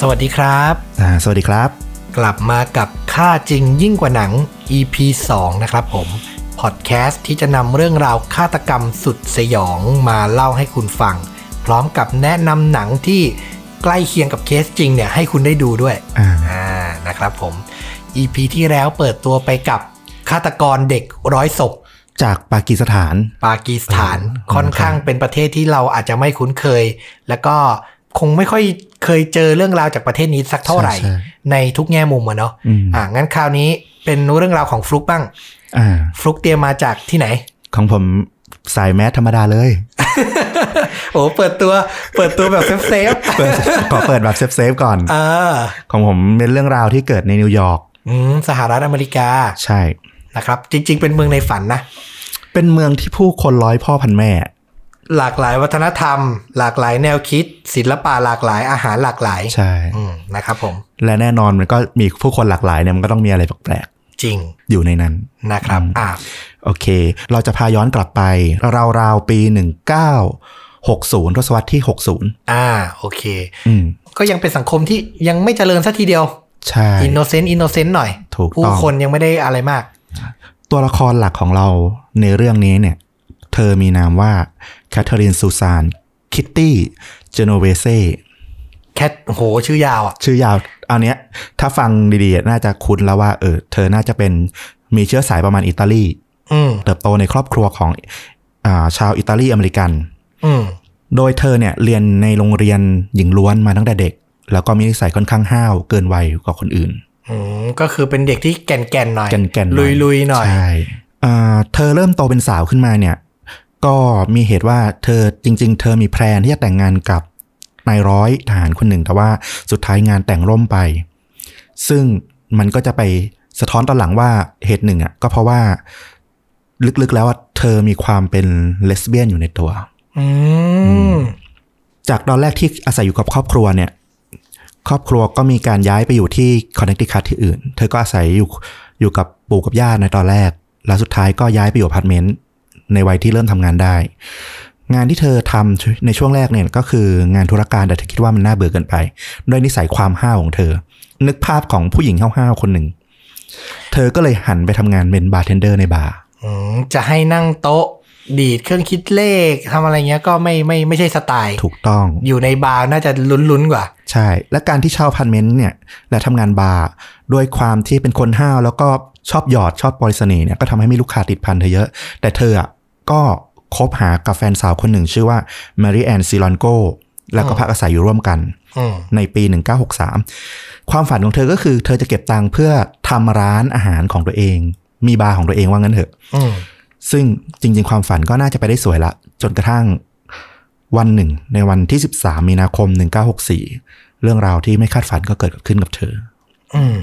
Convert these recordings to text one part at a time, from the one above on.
สวัสดีครับ อ่าสวัสดีครับ กลับมากับค่าจริงยิ่งกว่าหนัง EP 2 นะครับผมพอดแคสต์ที่จะนำเรื่องราวฆาตกรรมสุดสยองมาเล่าให้คุณฟัง พร้อมกับแนะนำหนังที่ใกล้เคียงกับเคสจริงเนี่ยให้คุณได้ดูด้วย อ่า อ่านะครับผม EP ที่แล้วเปิดตัวไปกับฆาตกรเด็กร้อยศพ จากปากีสถาน ปากีสถานค่อนข้างเป็นประเทศที่เราอาจจะไม่คุ้นเคย แล้วก็คงไม่ค่อยเคยเจอเรื่องราวจากประเทศนี้สักเท่าไหร่ ใช่ใช่ ในทุกแง่มุมอะเนาะ อืม อ่างั้นคราวนี้เป็นเรื่องราวของฟลุกบ้าง อ่า ฟลุกเตรียมมาจากที่ไหน ของผมสายแมสธรรมดาเลย โอ้เปิดตัวเปิดตัวแบบเซฟ เปิดขอเปิดแบบเซฟๆก่อน ๆเออ ของผมเป็นเรื่องราวที่เกิดในนิวยอร์ก อืมสหรัฐอเมริกา ใช่ นะครับ จริง ๆ เป็นเมืองในฝันนะ เป็นเมืองที่ผู้คนร้อยพ่อพันแม่ หลากหลายวัฒนธรรม หลากหลายแนวคิด ศิลปะหลากหลายอาหารหลากหลาย ใช่ อืมนะครับผม และแน่นอนมันก็มีผู้คนหลากหลายเนี่ยมันก็ต้องมีอะไรแปลก จริง ๆอยู่ในนั้น นะครับ อ่า โอเค เราจะพาย้อนกลับไป ราวๆปี 1960 ทศวรรษที่ 60 อ่าโอเค อืม ก็ยังเป็นสังคมที่ยังไม่เจริญสัทีเดียว ใช่ อินโนเซนต์ อินโนเซนต์หน่อย ถูกต้อง ผู้คนยังไม่ได้อะไรมาก ตัวละครหลักของเราในเรื่องนี้เนี่ย เธอมีนามว่าแคทเธอรีนซูซานคิตตี้เจโนเวเซ่ แคทโห ชื่อยาวอ่ะ ชื่อยาวเอาเนี้ย ถ้าฟังดีๆ น่าจะคุ้นแล้วว่าเออเธอน่าจะเป็นมีเชื้อสายประมาณอิตาลี อืม เติบโตในครอบครัวของอาชาวอิตาลีอเมริกัน อืม โดยเธอเนี่ยเรียนในโรงเรียนหญิงล้วนมาตั้งแต่เด็ก แล้วก็มีนิสัยค่อนข้างห้าวเกินวัยกว่าคนอื่น อืม ก็คือเป็นเด็กที่แก่นแก่นๆหน่อย แก่นๆหน่ ลุ อย ยลุยๆหน่อย ใช่อ่าเธอเริ่มโตเป็นสาวขึ้นมาเนี่ย ก็มีเหตุว่าเธอจริง ๆ เธอมีแพลนที่จะแต่งงานกับนายร้อยทหารคนหนึ่ง แต่ว่าสุดท้ายงานแต่งร่มไป ซึ่งมันก็จะไปสะท้อนตอนหลังว่าเหตุหนึ่งอ่ะก็เพราะว่าลึกๆแล้วอะเธอมีความเป็นเลสเบี้ยนอยู่ในตัว อืม จากตอนแรกที่อาศัยอยู่กับครอบครัวเนี่ย ครอบครัวก็มีการย้ายไปอยู่ที่คอนเน c t ิคัตที่อื่น เธอก็อาศัยอยู่อยู่กับปู่กับย่าในตอนแรก แล้วสุดท้ายก็ย้ายไปอยู่อพาร์ตเมนต์ในวัยที่เริ่มทำงานได้ งานที่เธอทำในช่วงแรกเนี่ยก็คืองานธุรการแต่เธอคิดว่ามันน่าเบื่อเกินไป ด้วยนิสัยความห้าวของเธอ นึกภาพของผู้หญิงห้าวๆคนหนึ่ง เธอก็เลยหันไปทำงานเป็นบาร์เทนเดอร์ในบาร์ อืม จะให้นั่งโต๊ะ ดีดเครื่องคิดเลขทำอะไรเงี้ยก็ไม่ไม่ไม่ใช่สไตล์ ถูกต้อง อยู่ในบาร์น่าจะลุ้นๆกว่า ใช่ และการที่เช่าอพาร์ตเมนต์เนี่ยและทำงานบาร์ด้วยความที่เป็นคนห้าวแล้วก็ชอบหยอดชอบปล่อยเสน่ห์เนี่ยก็ทำให้มีลูกค้าติดพันเธอเยอะ แต่เธออ่ะก็คบหากับแฟนสาวคนหนึ่งชื่อว่ามารีแอนซิลอนโกแล้วก็พักอาศัยอยู่ร่วมกัน อืม ในปี 1963 ความฝันของเธอก็คือเธอจะเก็บตังค์เพื่อทำร้านอาหารของตัวเอง มีบาร์ของตัวเองว่างั้นเถอะ อืม ซึ่งจริง ๆ ความฝันก็น่าจะไปได้สวยละ จนกระทั่งวันหนึ่ง ในวันที่ 13 มีนาคม 1964 เรื่องราวที่ไม่คาดฝันก็เกิดขึ้นกับเธอ อืม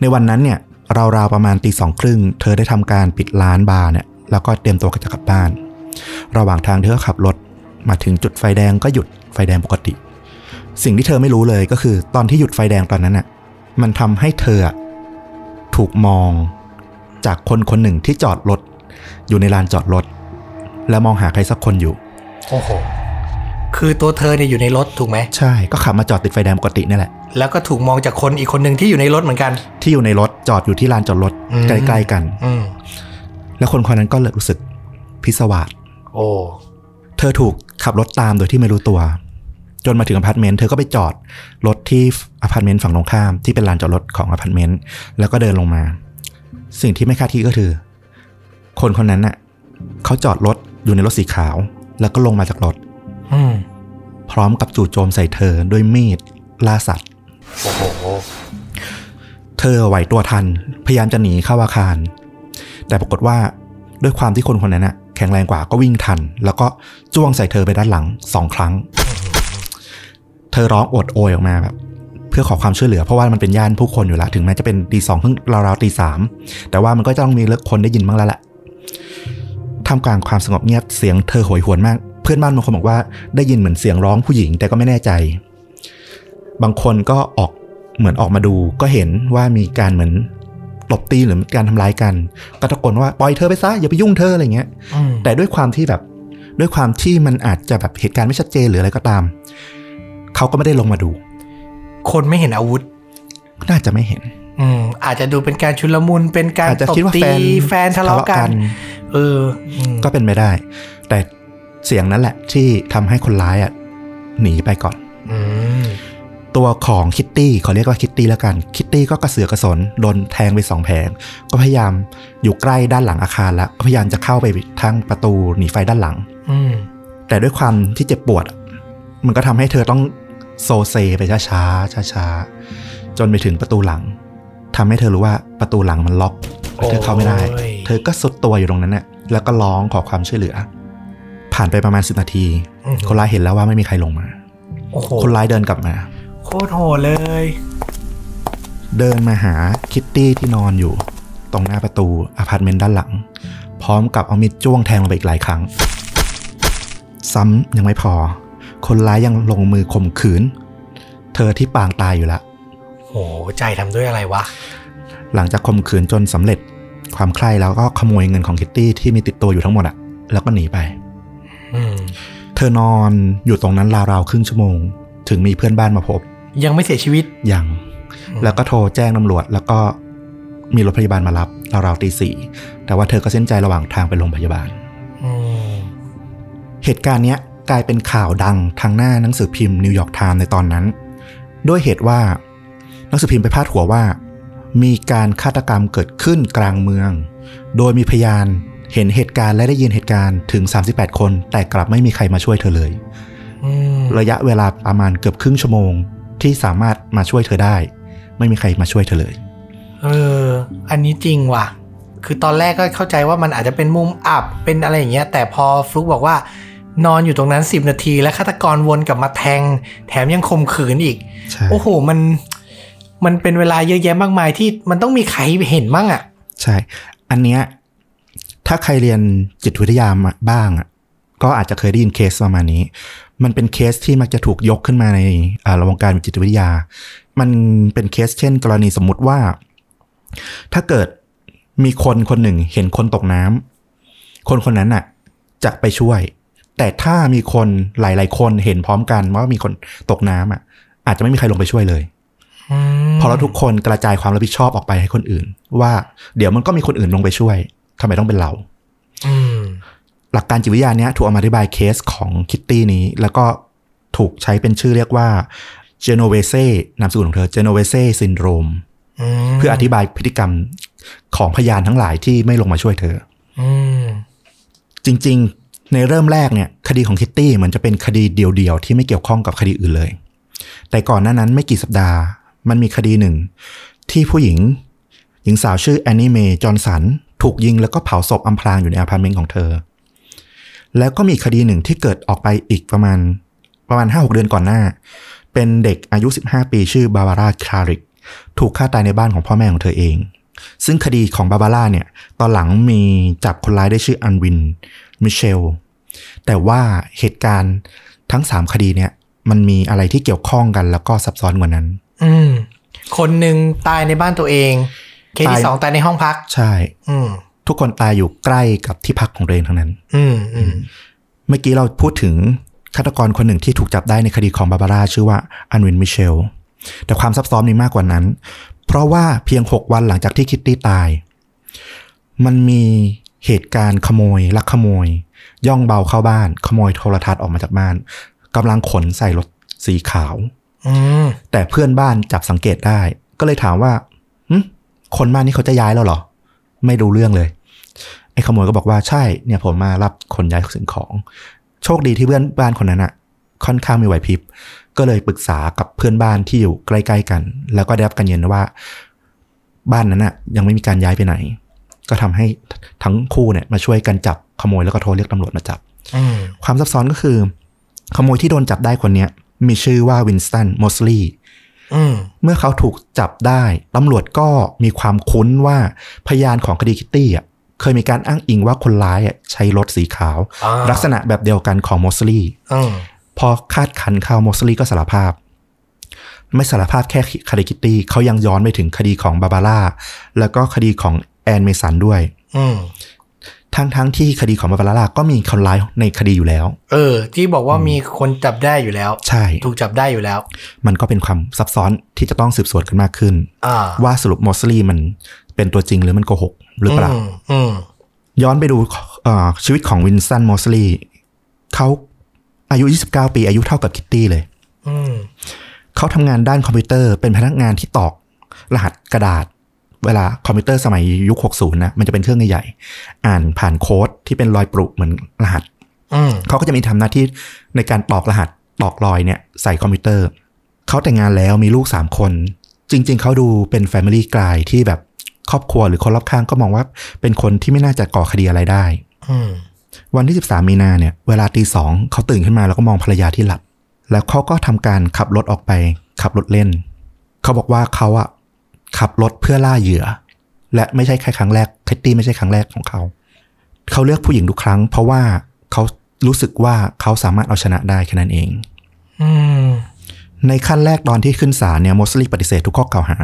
ในวันนั้นเนี่ยราวๆประมาณตีสองครึ่ง เธอได้ทำการปิดร้านบาร์เนี่ยแล้วก็เตรียมตัวจะกลับบ้าน ระหว่างทางเธอก็ขับรถมาถึงจุดไฟแดงก็หยุดไฟแดงปกติ สิ่งที่เธอไม่รู้เลยก็คือ ตอนที่หยุดไฟแดงตอนนั้นน่ะมันทำให้เธออะถูกมองจากคนคนหนึ่งที่จอดรถอยู่ในลานจอดรถ และมองหาใครสักคนอยู่ โอ้โห คือตัวเธอเนี่ยอยู่ในรถถูกไหม ใช่ก็ขับมาจอดติดไฟแดงปกตินี่แหละ แล้วก็ถูกมองจากคนอีกคนหนึ่งที่อยู่ในรถเหมือนกัน ที่อยู่ในรถจอดอยู่ที่ลานจอดรถ อืม ใกล้ๆกัน อืม และคนคนนั้นก็เลยรู้สึกพิศวาส โอ้ เธอถูกขับรถตามโดยที่ไม่รู้ตัว จนมาถึงอพาร์ตเมนต์เธอก็ไปจอดรถที่อพาร์ตเมนต์ฝั่งตรงข้ามที่เป็นลานจอดรถของอพาร์ตเมนต์แล้วก็เดินลงมา สิ่งที่ไม่คาดคิดก็คือ คนคนนั้นน่ะเขาจอดรถอยู่ในรถสีขาว แล้วก็ลงมาจากรถ อืม พร้อมกับจู่โจมใส่เธอด้วยมีดล่าสัตว์ โอ้โห เธอไหวตัวทัน พยายามจะหนีเข้าอาคาร แต่ปรากฏว่าด้วยความที่คนคนนั้นน่ะแข็งแรงกว่าก็วิ่งทัน แล้วก็จ้วงใส่เธอไปด้านหลังสองครั้ง เธอร้องโอดโอยออกมาแบบ เพื่อขอความช่วยเหลือเพราะว่ามันเป็นย่านผู้คนอยู่ละถึงแม้จะเป็นตีสองเพิ่งราวๆตีสามแต่ว่ามันก็ต้องมีเลิกคนได้ยินบ้างแล้วแหละท่ามกลางความสงบเงียบเสียงเธอโหยหวนมาก เพื่อนบ้านบางคนบอกว่าได้ยินเหมือนเสียงร้องผู้หญิงแต่ก็ไม่แน่ใจ บางคนก็ออกเหมือนออกมาดูก็เห็นว่ามีการเหมือนตบตีหรือมีการทำร้ายกันก็ตะโกนว่าปล่อยเธอไปซะอย่าไปยุ่งเธออะไรเงี้ย อืม แต่ด้วยความที่แบบด้วยความที่มันอาจจะแบบเหตุการณ์ไม่ชัดเจนหรืออะไรก็ตาม เขาก็ไม่ได้ลงมาดู คนไม่เห็นอาวุธ น่าจะไม่เห็น อืม อาจจะดูเป็นการชุลมุนเป็นการ อาจจะ ตบ คิดว่า ตี แฟน แฟนทะเลาะกัน เอออืม ก็เป็นไปได้ แต่เสียงนั้นแหละที่ทำให้คนร้ายอ่ะหนีไปก่อน อืม ตัวของคิตตี้ขอเรียกว่าคิตตี้แล้วกัน คิตตี้ก็กระเสือกกระสนโดนแทงไปสองแผลก็พยายามอยู่ใกล้ด้านหลังอาคารละก็พยายามจะเข้าไปทางประตูหนีไฟด้านหลัง อืม แต่ด้วยความที่เจ็บปวด มันก็ทำให้เธอต้องโซเซไปช้าๆช้าๆจนไปถึงประตูหลังทำให้เธอรู้ว่าประตูหลังมันล็อกเธอเข้าไม่ได้ โอ้ย เธอก็สุดตัวอยู่ตรงนั้นน่ะแล้วก็ร้องขอความช่วยเหลือ ผ่านไปประมาณสิบนาที อืม คนร้ายเห็นแล้วว่าไม่มีใครลงมา โอ้โห คนร้ายเดินกลับมา โคตรโหดเลย เดินมาหาคิตตี้ที่นอนอยู่ ตรงหน้าประตูอพาร์ตเมนต์ด้านหลัง พร้อมกับเอามีดจ้วงแทงลงไปอีกหลายครั้ง ซ้ำยังไม่พอ คนร้ายยังลงมือข่มขืน เธอที่ปางตายอยู่ละ โหใจทำด้วยอะไรวะ หลังจากข่มขืนจนสำเร็จความใคร่แล้วก็ขโมยเงินของคิตตี้ที่มีติดตัวอยู่ทั้งหมดอะแล้วก็หนีไป อืม เธอนอนอยู่ตรงนั้นราวๆครึ่งชั่วโมง ถึงมีเพื่อนบ้านมาพบ ยังไม่เสียชีวิต ยัง อืม แล้วก็โทรแจ้งตำรวจ แล้วก็มีรถพยาบาลมารับราวๆตีสี่แต่ว่าเธอก็เส้นใจระหว่างทางไปโรงพยาบาล อืม เหตุการณ์เนี้ยกลายเป็นข่าวดังทางหน้าหนังสือพิมพ์นิวยอร์กไทม์ในตอนนั้น ด้วยเหตุว่าหนังสือพิมพ์ไปพาดหัวว่า มีการฆาตกรรมเกิดขึ้นกลางเมือง โดยมีพยานเห็นเหตุการณ์และได้ยินเหตุการณ์ถึง 38 คน แต่กลับไม่มีใครมาช่วยเธอเลย อืม ระยะเวลาประมาณเกือบครึ่งชั่วโมงที่สามารถมาช่วยเธอได้ ไม่มีใครมาช่วยเธอเลย เออ อันนี้จริงว่ะ คือตอนแรกก็เข้าใจว่ามันอาจจะเป็นมุมอับ เป็นอะไรอย่างเงี้ย แต่พอฟลุกบอกว่า นอนอยู่ตรงนั้น 10 นาที แล้วฆาตกรวนกลับมาแทง แถมยังข่มขืนอีก ใช่ โอ้โห มัน มันเป็นเวลาเยอะแยะมากมายที่มันต้องมีใครเห็นบ้างอะ่ะ ใช่ อันเนี้ยถ้าใครเรียนจิตวิทยามาบ้างอ่ะก็อาจจะเคยได้ยินเคสประมาณนี้ มันเป็นเคสที่มักจะถูกยกขึ้นมาในอ่าวงการจิตวิทยา มันเป็นเคสเช่น กรณีสมมุติว่า ถ้าเกิดมีคนคนหนึ่งเห็นคนตกน้ำคนคนนั้นน่ะ จะไปช่วย แต่ถ้ามีคนหลาย ๆ คนเห็นพร้อมกันว่ามีคนตกน้ำอ่ะ อาจจะไม่มีใครลงไปช่วยเลย อืม พอเราทุกคนกระจายความรับผิดชอบออกไปให้คนอื่น ว่าเดี๋ยวมันก็มีคนอื่นลงไปช่วยทำไมต้องเป็นเรา อืม หลักการจิตวิทยาเนี้ยถูกเอามาอธิบายเคสของคิตตี้นี้ แล้วก็ถูกใช้เป็นชื่อเรียกว่าเจโนเวเซ่นามสกุลของเธอเจโนเวเซ่ซินโดรม อืม เพื่ออธิบายพฤติกรรมของพยานทั้งหลายที่ไม่ลงมาช่วยเธอ อืม จริงๆ ในเริ่มแรกเนี่ยคดีของคิตตี้เหมือนจะเป็นคดีเดียวๆ ที่ไม่เกี่ยวข้องกับคดีอื่นเลย แต่ก่อนหน้านั้นไม่กี่สัปดาห์ มันมีคดีหนึ่ง ที่ผู้หญิง หญิงสาวชื่อแอนนี่เมย์จอห์นสัน ถูกยิงแล้วก็เผาศพอำพรางอยู่ในอพาร์ตเมนต์ของเธอ แล้วก็มีคดีหนึ่งที่เกิดออกไปอีกประมาณประมาณ 5-6 เดือนก่อนหน้า เป็นเด็กอายุ 15 ปีชื่อบาบาร่าคลาริก ถูกฆ่าตายในบ้านของพ่อแม่ของเธอเอง ซึ่งคดีของบาบาร่าเนี่ย ตอนหลังมีจับคนร้ายได้ชื่ออันวิน มิเชล แต่ว่าเหตุการณ์ทั้ง 3 คดีเนี่ย มันมีอะไรที่เกี่ยวข้องกันแล้วก็ซับซ้อนกว่านั้น อืม คนหนึ่งตายในบ้านตัวเอง เคสที่ ตาย สองตายในห้องพัก ใช่ อืม ทุกคนตายอยู่ใกล้กับที่พักของตัวเองทั้งนั้น อืมอืม เมื่อกี้เราพูดถึงฆาตกรคนหนึ่งที่ถูกจับได้ในคดีของบาบาร่าชื่อว่าอันวินมิเชล แต่ความซับซ้อนมีมากกว่านั้น เพราะว่าเพียง 6 วันหลังจากที่คิตตี้ตาย มันมีเหตุการณ์ขโมย ลักขโมย ย่องเบาเข้าบ้าน ขโมยโทรทัศน์ออกมาจากบ้านกำลังขนใส่รถสีขาว อืม แต่เพื่อนบ้านจับสังเกตได้ ก็เลยถามว่าหึคนบ้านนี้เขาจะย้ายแล้วเหรอ ไม่รู้เรื่องเลย ไอ้ขโมยก็บอกว่าใช่ เนี่ยผมมารับคนย้ายสิ่งของ โชคดีที่เพื่อนบ้านคนนั้นอะค่อนข้างมีไหวพริบ ก็เลยปรึกษากับเพื่อนบ้านที่อยู่ใกล้ๆกัน แล้วก็ได้รับการยืนยันว่า บ้านนั้นอะยังไม่มีการย้ายไปไหน ก็ทำให้ทั้งคู่เนี่ยมาช่วยกันจับขโมยแล้วก็โทรเรียกตำรวจมาจับ อืม ความซับซ้อนก็คือ ขโมยที่โดนจับได้คนเนี้ยมีชื่อว่าวินสตันมอสลีย์ อืม เมื่อเขาถูกจับได้ ตำรวจก็มีความคุ้นว่าพยานของคดีคิตตี้อ่ะเคยมีการอ้างอิงว่าคนร้ายอ่ะใช้รถสีขาว อ่า ลักษณะแบบเดียวกันของมอสลี่ อืม พอคาดคันเข้ามอสลี่ก็สารภาพ ไม่สารภาพแค่คดีคิตตี้เขายังย้อนไปถึงคดีของบาบาร่าแล้วก็คดีของแอนเมสันด้วย อืม ทั้งทั้งๆที่คดีของมาฟาลาลาก็มีคนร้ายในคดีอยู่แล้ว เออ ที่บอกว่ามีคนจับได้อยู่แล้ว ใช่ ถูกจับได้อยู่แล้ว มันก็เป็นความซับซ้อนที่จะต้องสืบสวนกันมากขึ้น อ่า ว่าสรุปมอสลี่มันเป็นตัวจริงหรือมันโกหกหรือเปล่า มอืม ย้อนไปดูเอ่อชีวิตของวินสันมอสลีเขาอายุ 29 ปีอายุเท่ากับคิตตี้เลย อืม เขาทำงานด้านคอมพิวเตอร์เป็นพนักงานที่ตอกรหัสกระดาษ เวลาคอมพิวเตอร์สมัยยุค 60 นะ มันจะเป็นเครื่องใหญ่ๆ อ่านผ่านโค้ดที่เป็นรอยปรุเหมือนรหัส อืม เขาก็จะมีทำหน้าที่ในการตอกรหัสตอกรอยเนี่ยใส่คอมพิวเตอร์ เขาแต่งงานแล้วมีลูก 3 คน จริง ๆ เขาดูเป็น Family กลายที่แบบครอบครัวหรือคนรอบข้างก็มองว่าเป็นคนที่ไม่น่าจะก่อคดีอะไรได้ อืม วันที่ 13 มีนาเนี่ยเวลาตีสองเขาตื่นขึ้นมาแล้วก็มองภรรยาที่หลับ แล้วเขาก็ทำการขับรถออกไป ขับรถเล่น เขาบอกว่าเขาอะขับรถเพื่อล่าเหยื่อ และไม่ใช่แค่ครั้งแรกคิตตี้ไม่ใช่ครั้งแรกของเขา เขาเลือกผู้หญิงทุกครั้ง เพราะว่าเขารู้สึกว่าเขาสามารถเอาชนะได้แค่นั้นเอง อืม ในขั้นแรกตอนที่ขึ้นศาลเนี่ยมอสลีปฏิเสธทุกข้อกล่าวหา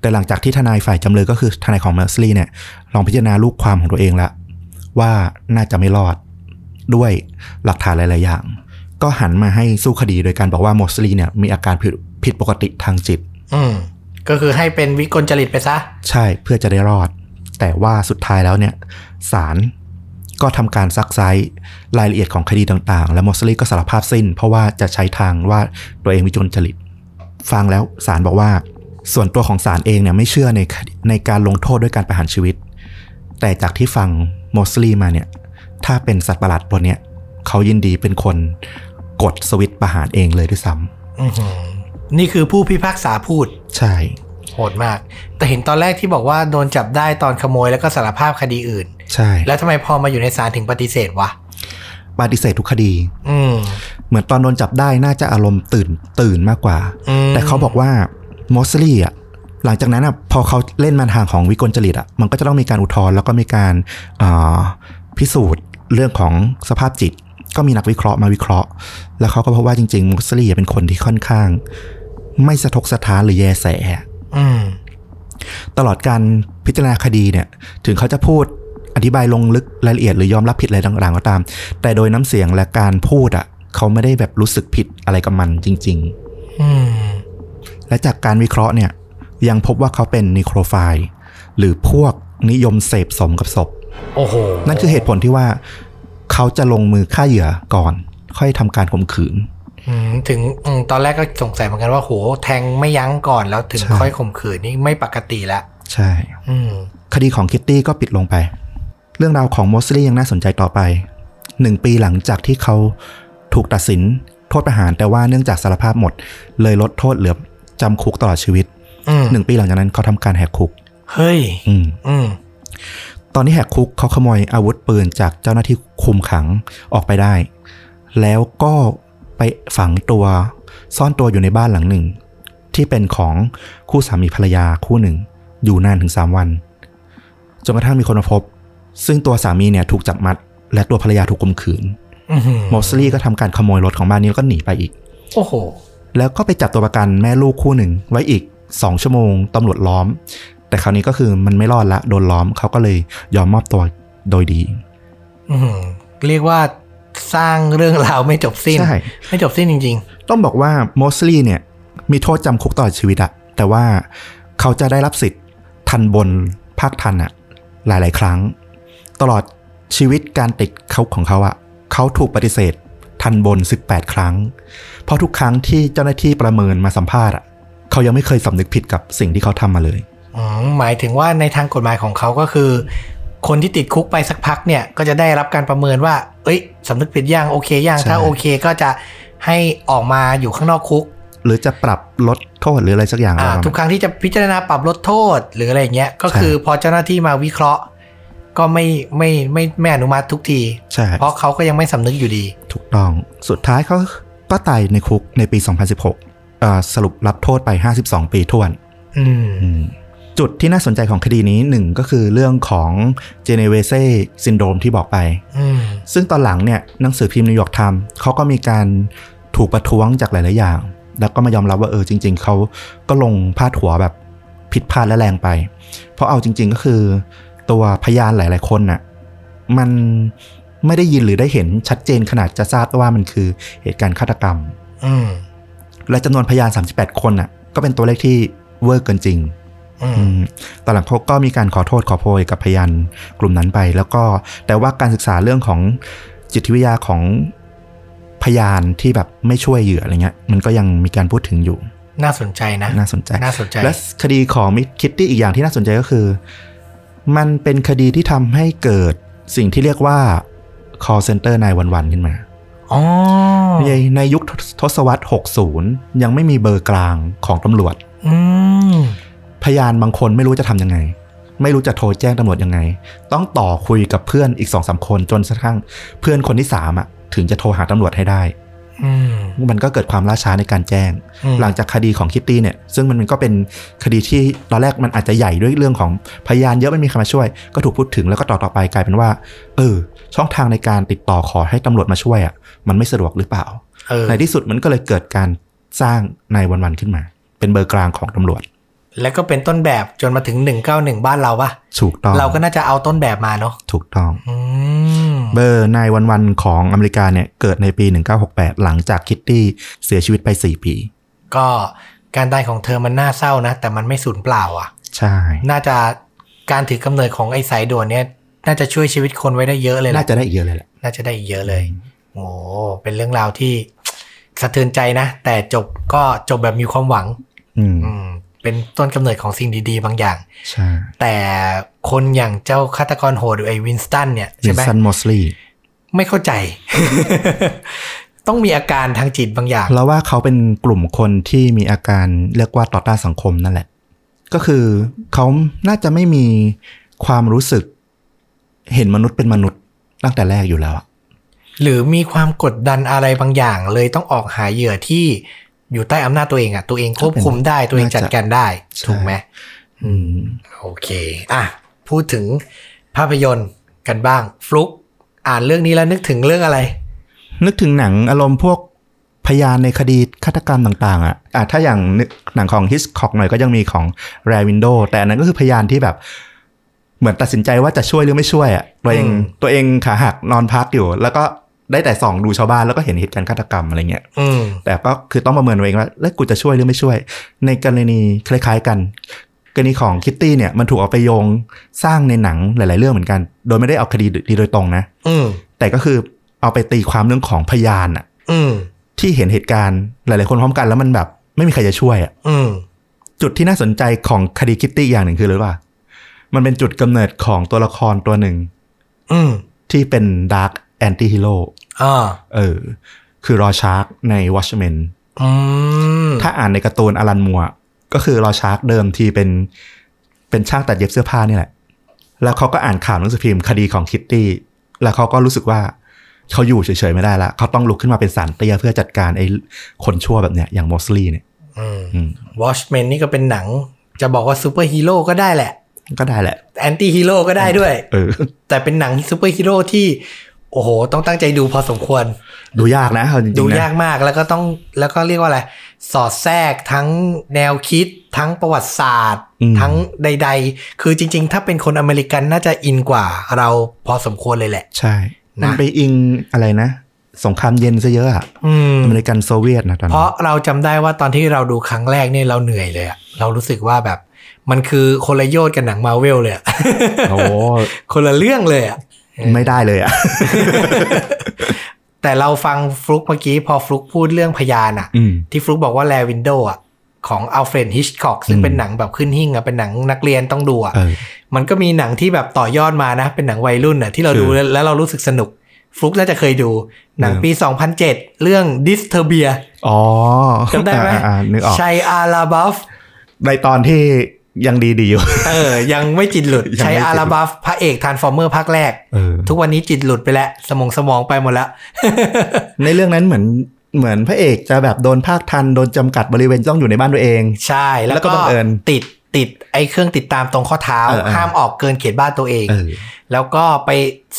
แต่หลังจากที่ทนายฝ่ายจำเลยก็คือทนายของมอสลีเนี่ยลองพิจารณาลูกความของตัวเองละว่าน่าจะไม่รอดด้วยหลักฐานหลาย ๆ อย่าง ก็หันมาให้สู้คดีโดยการบอกว่ามอสลีเนี่ยมีอาการผิดผิดปกติทางจิต อืม ก็คือให้เป็นวิกลจริตไปซะ ใช่เพื่อจะได้รอด แต่ว่าสุดท้ายแล้วเนี่ยศาลก็ทำการซักไซรายละเอียดของคดีต่าง ๆ และมอสลีก็สารภาพสิ้น เพราะว่าจะใช้ทางว่าตัวเองวิจลจริต ฟังแล้วศาลบอกว่า ส่วนตัวของศาลเองเนี่ยไม่เชื่อในคดีในการลงโทษด้วยการประหารชีวิต แต่จากที่ฟังมอสลีมาเนี่ยถ้าเป็นสัตว์ประหลาดตัวเนี้ยเขายินดีเป็นคนกดสวิตช์ประหารเองเลยด้วยซ้ อือหือนี่คือผู้พิพากษาพูด ำใช่ โหดมาก แต่เห็นตอนแรกที่บอกว่าโดนจับได้ตอนขโมยแล้วก็สารภาพคดีอื่น ใช่ แล้วทำไมพอมาอยู่ในศาลถึงปฏิเสธวะ ปฏิเสธทุกคดี อืม เหมือนตอนโดนจับได้น่าจะอารมณ์ตื่นตื่นมากกว่า อืม แต่เขาบอกว่ามอสลี่อ่ะหลังจากนั้นอ่ะพอเขาเล่นมาทางของวิกลจริตอ่ะมันก็จะต้องมีการอุทธรณ์แล้วก็มีการอ่าพิสูจน์เรื่องของสภาพจิต ก็มีนักวิเคราะห์มาวิเคราะห์ แล้วเขาก็พบว่าจริงๆมอสลี่เป็นคนที่ค่อนข้าง ไม่สะทกสะท้านหรือแยแส อืม ตลอดการพิจารณาคดีเนี่ย ถึงเขาจะพูดอธิบายลงลึกรายละเอียดหรือยอมรับผิดอะไรต่างๆก็ตาม แต่โดยน้ำเสียงและการพูดอะ่ะ เขาไม่ได้แบบรู้สึกผิดอะไรกับมันจริง อืม ๆ และจากการวิเคราะห์เนี่ย ยังพบว่าเขาเป็นนิโครไฟล์หรือพวกนิยมเสพสมกับศพ โอ้โห นั่นคือเหตุผลที่ว่า เขาจะลงมือฆ่าเหยื่อก่อน ค่อยทำการข่มขืน อืมถึงอืมตอนแรกก็สงสัยเหมือนกันว่าโหแทงไม่ยั้งก่อนแล้วถึง ใช่ ค่อยข่มขืนนี่ไม่ปกติละ ใช่ อืม คดีของคิตตี้ก็ปิดลงไป เรื่องราวของมอสลี่ยังน่าสนใจต่อไป หนึ่งปีหลังจากที่เขาถูกตัดสินโทษประหารแต่ว่าเนื่องจากสารภาพหมด เลยลดโทษเหลือจำคุกตลอดชีวิต อืม หนึ่งปีหลังจากนั้นเขาทำการแหกคุก เฮ้ย อืม อืม ตอนที่แหกคุกเขาขโมยอาวุธปืนจากเจ้าหน้าที่คุมขังออกไปได้ แล้วก็ไปฝังตัวซ่อนตัวอยู่ในบ้านหลังหนึ่ง ที่เป็นของคู่สามีภรรยาคู่หนึ่ง อยู่นานถึงสามวัน จนกระทั่งมีคนมาพบ ซึ่งตัวสามีเนี่ยถูกจับมัด และตัวภรรยาถูกข่มขืน อือหือ มอสลี่ก็ทำการขโมยรถของบ้านนี้แล้วก็หนีไปอีก โอ้โห แล้วก็ไปจับตัวประกันแม่ลูกคู่หนึ่ง ไว้อีก 2 ชั่วโมงตำรวจล้อม แต่คราวนี้ก็คือมันไม่รอดละโดนล้อมเขาก็เลยยอมมอบตัวโดยดี อือหือเรียกว่าสร้างเรื่องราวไม่จบสิ้น ใช่ ไม่จบสิ้นจริง ต้องบอกว่ามอสลี่เนี่ยมีโทษจำคุกตลอดชีวิตอะแต่ว่าเขาจะได้รับสิทธิ์ทันบนภาคทันอะหลาย ๆ ครั้ง ตลอดชีวิตการติดเขาของเขาอะเขาถูกปฏิเสธทันบน 18 ครั้ง เพราะทุกครั้งที่เจ้าหน้าที่ประเมินมาสัมภาษณ์อะเขายังไม่เคยสำนึกผิดกับสิ่งที่เขาทำมาเลย ๆอืมหมายถึงว่าในทางกฎหมายของเขาก็คือ คนที่ติดคุกไปสักพักเนี่ย ก็จะได้รับการประเมินว่า เอ้ยสำนึกผิดยังโอเคยัง ใช่ ถ้าโอเคก็จะให้ออกมาอยู่ข้างนอกคุก หรือจะปรับลดโทษหรืออะไรสักอย่าง อ่า อะไรประมาณ ทุกครั้งที่จะพิจารณาปรับลดโทษหรืออะไรอย่างเงี้ย ก็คือพอเจ้าหน้าที่มาวิเคราะห์ ก็ไม่ไม่ไม่ไม่อนุมัติทุกที ใช่ เพราะเขาก็ยังไม่สำนึกอยู่ดี ถูกต้อง สุดท้ายเขาก็ตายในคุกในปี 2016อ่าสรุปรับโทษไป 52 ปีท้วน อืม จุดที่น่าสนใจของคดีนี้หนึ่งก็คือเรื่องของเจเนเวเซ่ซินโดรมที่บอกไป อืม ซึ่งตอนหลังเนี่ยหนังสือพิมพ์นิวยอร์กไทม์เขาก็มีการถูกประท้วงจากหลาย ๆ อย่าง แล้วก็มายอมรับว่าเออจริง ๆ เขาก็ลงพาดหัวแบบผิดพลาดและแรงไป เพราะเอาจริง ๆ ก็คือ ตัวพยานหลาย ๆ คนน่ะ มันไม่ได้ยินหรือได้เห็นชัดเจนขนาดจะทราบว่ามันคือเหตุการณ์ฆาตกรรม อืม และจำนวนพยาน 38 คนน่ะ ก็เป็นตัวเลขที่เวอร์เกินจริง อื อื ม มตอนหลังเขาก็มีการขอโทษขอโพยกับพยานกลุ่มนั้นไป แล้วก็แต่ว่าการศึกษาเรื่องของจิตวิทยาของพยานที่แบบไม่ช่วยเหยื่ออะไรเงี้ย มันก็ยังมีการพูดถึงอยู่ น่าสนใจนะ น่าสนใจ น่าสนใจ และคดีของมิสคิตตี้อีกอย่างที่น่าสนใจก็คือ มันเป็นคดีที่ทำให้เกิดสิ่งที่เรียกว่า call center 911 ขึ้นมา อ๋อ ในในยุคทศวรรษ 60 ยังไม่มีเบอร์กลางของตำรวจ อืม พยานบางคนไม่รู้จะทำยังไง ไม่รู้จะโทรแจ้งตำรวจยังไง ต้องต่อคุยกับเพื่อนอีกสองสามคนจนกระทั่งเพื่อนคนที่สามอ่ะถึงจะโทรหาตำรวจให้ได้ อืม มันก็เกิดความล่าช้าในการแจ้ง อืม หลังจากคดีของคิตตี้เนี่ย ซึ่งมันก็เป็นคดีที่ตอนแรกมันอาจจะใหญ่ด้วยเรื่องของพยานเยอะไม่มีใครมาช่วย ก็ถูกพูดถึงแล้วก็ต่อต่อไปกลายเป็นว่า เออ ช่องทางในการติดต่อขอให้ตำรวจมาช่วยอ่ะมันไม่สะดวกหรือเปล่า เออ ในที่สุดมันก็เลยเกิดการสร้างนายวันวันๆขึ้นมา เป็นเบอร์กลางของตำรวจ แล้วก็เป็นต้นแบบจนมาถึง 191 บ้านเราปะ ถูกต้อง เราก็น่าจะเอาต้นแบบมาเนาะ ถูกต้อง อืม เบอร์นายวันวันๆของอเมริกาเนี่ยเกิดในปี 1968 หลังจากคิตตี้เสียชีวิตไป 4 ปี ก็การตายของเธอมันน่าเศร้านะ แต่มันไม่สูญเปล่าอ่ะ ใช่ น่าจะการถือกำเนิดของไอ้สายด่วนเนี่ย น่าจะช่วยชีวิตคนไว้ได้เยอะเลยแหละ น่าจะได้อีกเยอะเลยแหละ น่าจะได้อีกเยอะเลย โอ้ เป็นเรื่องราวที่ สะเทือนใจนะ แต่จบก็จบแบบมีความหวัง อืม อืม เป็นต้นกำเนิดของสิ่งดีๆ บางอย่าง ใช่ แต่คนอย่างเจ้าฆาตกรโหดหรือไอ้วินสตันเนี่ย วิ ใช่ น ไหม สันมอสลีย์ ไม่เข้า ใจ ต้องมีอาการทางจิตบางอย่าง เราว่าเขาเป็นกลุ่มคนที่มีอาการเรียกว่าต่อต้านสังคมนั่นแหละ ก็คือเขาน่าจะไม่มีความรู้สึกเห็นมนุษย์เป็นมนุษย์ตั้งแต่แรกอยู่แล้วอะ หรือมีความกดดันอะไรบางอย่าง เลยต้องออกหาเหยื่อที่อยู่ใต้อำนาจตัวเองอะตัวเองควบคุมได้ตัวเองจัดการได้ถูกไหม อืม โอเค อ่ะ พูดถึงภาพยนตร์กันบ้าง ฟลุก อ่านเรื่องนี้แล้วนึกถึงเรื่องอะไร นึกถึงหนังอารมณ์พวกพยานในคดีฆาตกรรมต่างๆ อ่ะอ่ะถ้าอย่างนึกหนังของฮิสคอกหน่อยก็ยังมีของแรวินโดแต่อันนั้นก็คือพยานที่แบบ เหมือนตัดสินใจว่าจะช่วยหรือไม่ช่วยอ่ะตัวเอง อืม ตัวเองขาหักนอนพักอยู่ แล้วก็ได้แต่ส่องดูชาวบ้านแล้วก็เห็นเหตุการณ์ฆาตกรรมอะไรเงี้ย อืม แต่ก็คือต้องประเมินเอาเองว่าแล้วกูจะช่วยหรือไม่ช่วย ในกรณีคล้ายๆกันกรณีของคิตตี้เนี่ยมันถูกเอาไปโยงสร้างในหนังหลาย ๆ เรื่องเหมือนกัน โดยไม่ได้เอาคดีโดยตรงนะ อืม แต่ก็คือเอาไปตีความเรื่องของพยานอะ อืม ที่เห็นเหตุการณ์หลาย ๆ คนพร้อมกันแล้วมันแบบ ไม่มีใครจะช่วยอะ อืม จุดที่น่าสนใจของคดีคิตตี้อย่างหนึ่งคืออะไรรู้ป่ะมันเป็นจุดกำเนิดของตัวละครตัวหนึ่ง อืม ที่เป็นดาร์ a แอนตี้ฮีโร่ อ่า เออ คือรอชาร์กใน Watchmen อืม ถ้าอ่านในการ์ตูนอลันมัว ก็คือรอชาร์กเดิมทีเป็นเป็นช่างตัดเย็บเสื้อผ้านี่แหละ แล้วเขาก็อ่านข่าวหนังสือพิมพ์คดีของคิตตี้ แล้วเขาก็รู้สึกว่าเขาอยู่เฉยๆไม่ได้ละเขาต้องลุกขึ้นมาเป็นสารเตี้ยเพื่อจัดการไอ้คนชั่วแบบเนี้ยอย่างมอสลีย์เนี่ย อืม อืม วอชแมนนี่ก็เป็นหนัง จะบอกว่าซูเปอร์ฮีโร่ก็ได้แหละ ก็ได้แหละ แอนตี้ฮีโร่ก็ได้ด้วย เออ แต่เป็นหนังซูเปอร์ฮีโร่ที่ โอ้โห ต้องตั้งใจดูพอสมควร ดูยากนะเอาจริงๆนะ ดูยากมากแล้วก็ต้องแล้วก็เรียกว่าอะไร สอดแทรกทั้งแนวคิด ทั้งประวัติศาสตร์ ทั้งใด ๆ คือจริง ๆ ถ้าเป็นคนอเมริกันน่าจะอินกว่าเราพอสมควรเลยแหละ ใช่ นะ มันไปอิงอะไรนะ สงครามเย็นซะเยอะอะ อืม อเมริกันโซเวียตนะตอน เพ นั้น ราะเราจำได้ว่าตอนที่เราดูครั้งแรกเนี่ยเราเหนื่อยเลยอะเรารู้สึกว่าแบบ มันคือคนละโยชน์กับหนังมาเวลเลยอะ โอ้ คนละเรื่องเลยอะ ไม่ได้เลยอะ แต่เราฟังฟลุกเมื่อกี้พอฟลุกพูดเรื่องพยานอะ อืม ที่ฟลุกบอกว่าแลวินโดอ่ะ ของอัลเฟรดฮิชคอกซึ่ง อืม เป็นหนังแบบขึ้นหิ่งอ่ะ เป็นหนังนักเรียนต้องดูอ่ะ เออ มันก็มีหนังที่แบบต่อยอดมานะ เป็นหนังวัยรุ่นอ่ะ ที่เรา คือ ดูแล้วแล้วเรารู้สึกสนุก ฟลุกน่าจะเคยดู หนัง เออ ปี 2007 เรื่อง Disturbia อ๋อ จำได้ไหม อ่าอ่านึกออก ชัยอาราบัฟ ในตอนที่ยังดีดีๆอยู่ เออ ยังไม่จิตหลุด ยังไม่ ชัย จิตหลุด อาราบัฟพระเอกทานฟอร์เมอร์ภาคแรก ทุกวันนี้จิตหลุดไปแล้ว สมองสมองไปหมดแล้ว ในเรื่องนั้นเหมือนเหมือนพระเอกจะแบบโดนภาคทัน โดนจำกัดบริเวณต้องอยู่ในบ้านตัวเอง ใช่ แล้ แล้ววก็ ก็ บังเอิญ ติดติดไอ้เครื่องติดตามตรงข้อเท้า เออเออ ห้ามออกเกินเขตบ้านตัวเอง เออ แล้วก็ไป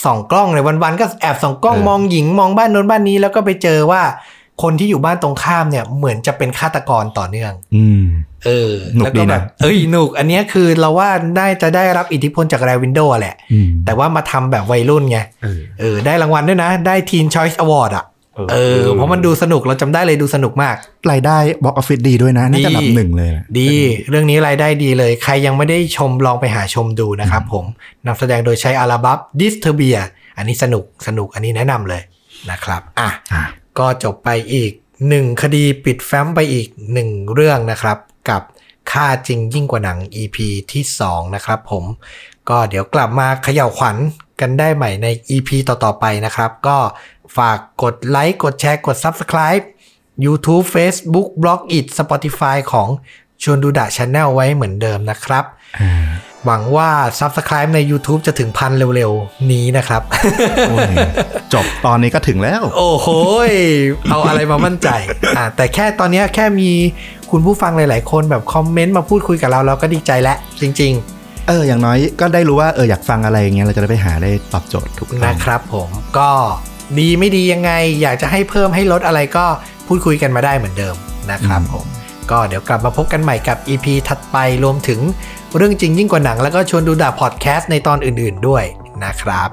ส่องกล้องในวันๆก็แอบส่องกล้อง เออ มองหญิงมองบ้านโน้นบ้านนี้ แล้วก็ไปเจอว่า คนที่อยู่บ้านตรงข้ามเนี่ยเหมือนจะเป็นฆาตกรต่อเนื่อง อืม เออ หนุก แล้วก็ ดี แบ นะ บเอ้ยหนุก อันเนี้ยคือเราว่าน่าจะได้รับอิทธิพลจากแรวินโดแหละ อืม แต่ว่ามาทำแบบวัยรุ่นไง เออ เออ ได้รางวัลด้วยนะ ได้ Teen Choice Award อ่ะ เออ เพราะมันดูสนุกเราจำได้เลยดูสนุกมาก รายได้บ็อกออฟฟิศดีด้วยนะน่าจะอันดั ดี บหนึ่งเลยนะ ดี เรื่องนี้รายได้ดีเลย ใครยังไม่ได้ชมลองไปหาชมดูนะครับผมนำแสดงโดยใช้อาราบับดิสเทเบีย อันนี้สนุกสนุกอันนี้แนะนำเลยนะครับ อ่ะ อ่ะ ก็จบไปอีกหนึ่งคดีปิดแฟ้มไปอีกหนึ่งเรื่องนะครับ กับค่าจริงยิ่งกว่าหนัง EP ที่ 2 นะครับผม ก็เดี๋ยวกลับมาเขย่าวขวัญกันได้ใหม่ใน EP ต่อ ๆ ไปนะครับ ก็ฝากกดไลค์ กดแชร์ กด Subscribe YouTube Facebook b l o g i t Spotify ของชวนดูดะ Channel ไว้เหมือนเดิมนะครับ อ่า หวังว่า Subscribe ใน YouTube จะถึงพันเร็ว ๆ นี้นะครับ โอ้ยจบตอนนี้ก็ถึงแล้ว โอ้โหยเอาอะไรมามั่นใจ อ่ะแต่แค่ตอนเนี้ยแค่มีคุณผู้ฟังหลาย ๆ คนแบบคอมเมนต์มาพูดคุยกับเราเราก็ดีใจแล้วจริง เออ อย่างน้อยก็ได้รู้ว่าเอออยากฟังอะไรอย่างเงี้ยเราจะได้ไปหาได้ตอบโจทย์ถูๆกต้อ นะ ง ครับผมก็ดีไม่ดียังไง อยากจะให้เพิ่มให้ลดอะไรก็พูดคุยกันมาได้เหมือนเดิมนะครับผม ก็เดี๋ยวกลับมาพบกันใหม่กับ EP ถัดไปรวมถึงเรื่องจริงยิ่งกว่าหนัง แล้วก็ชวนดูดาพอดแคสต์ในตอนอื่น ๆ ด้วยนะครับ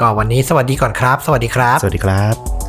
ก็วันนี้สวัสดีก่อนครับ สวัสดีครับ สวัสดีครับ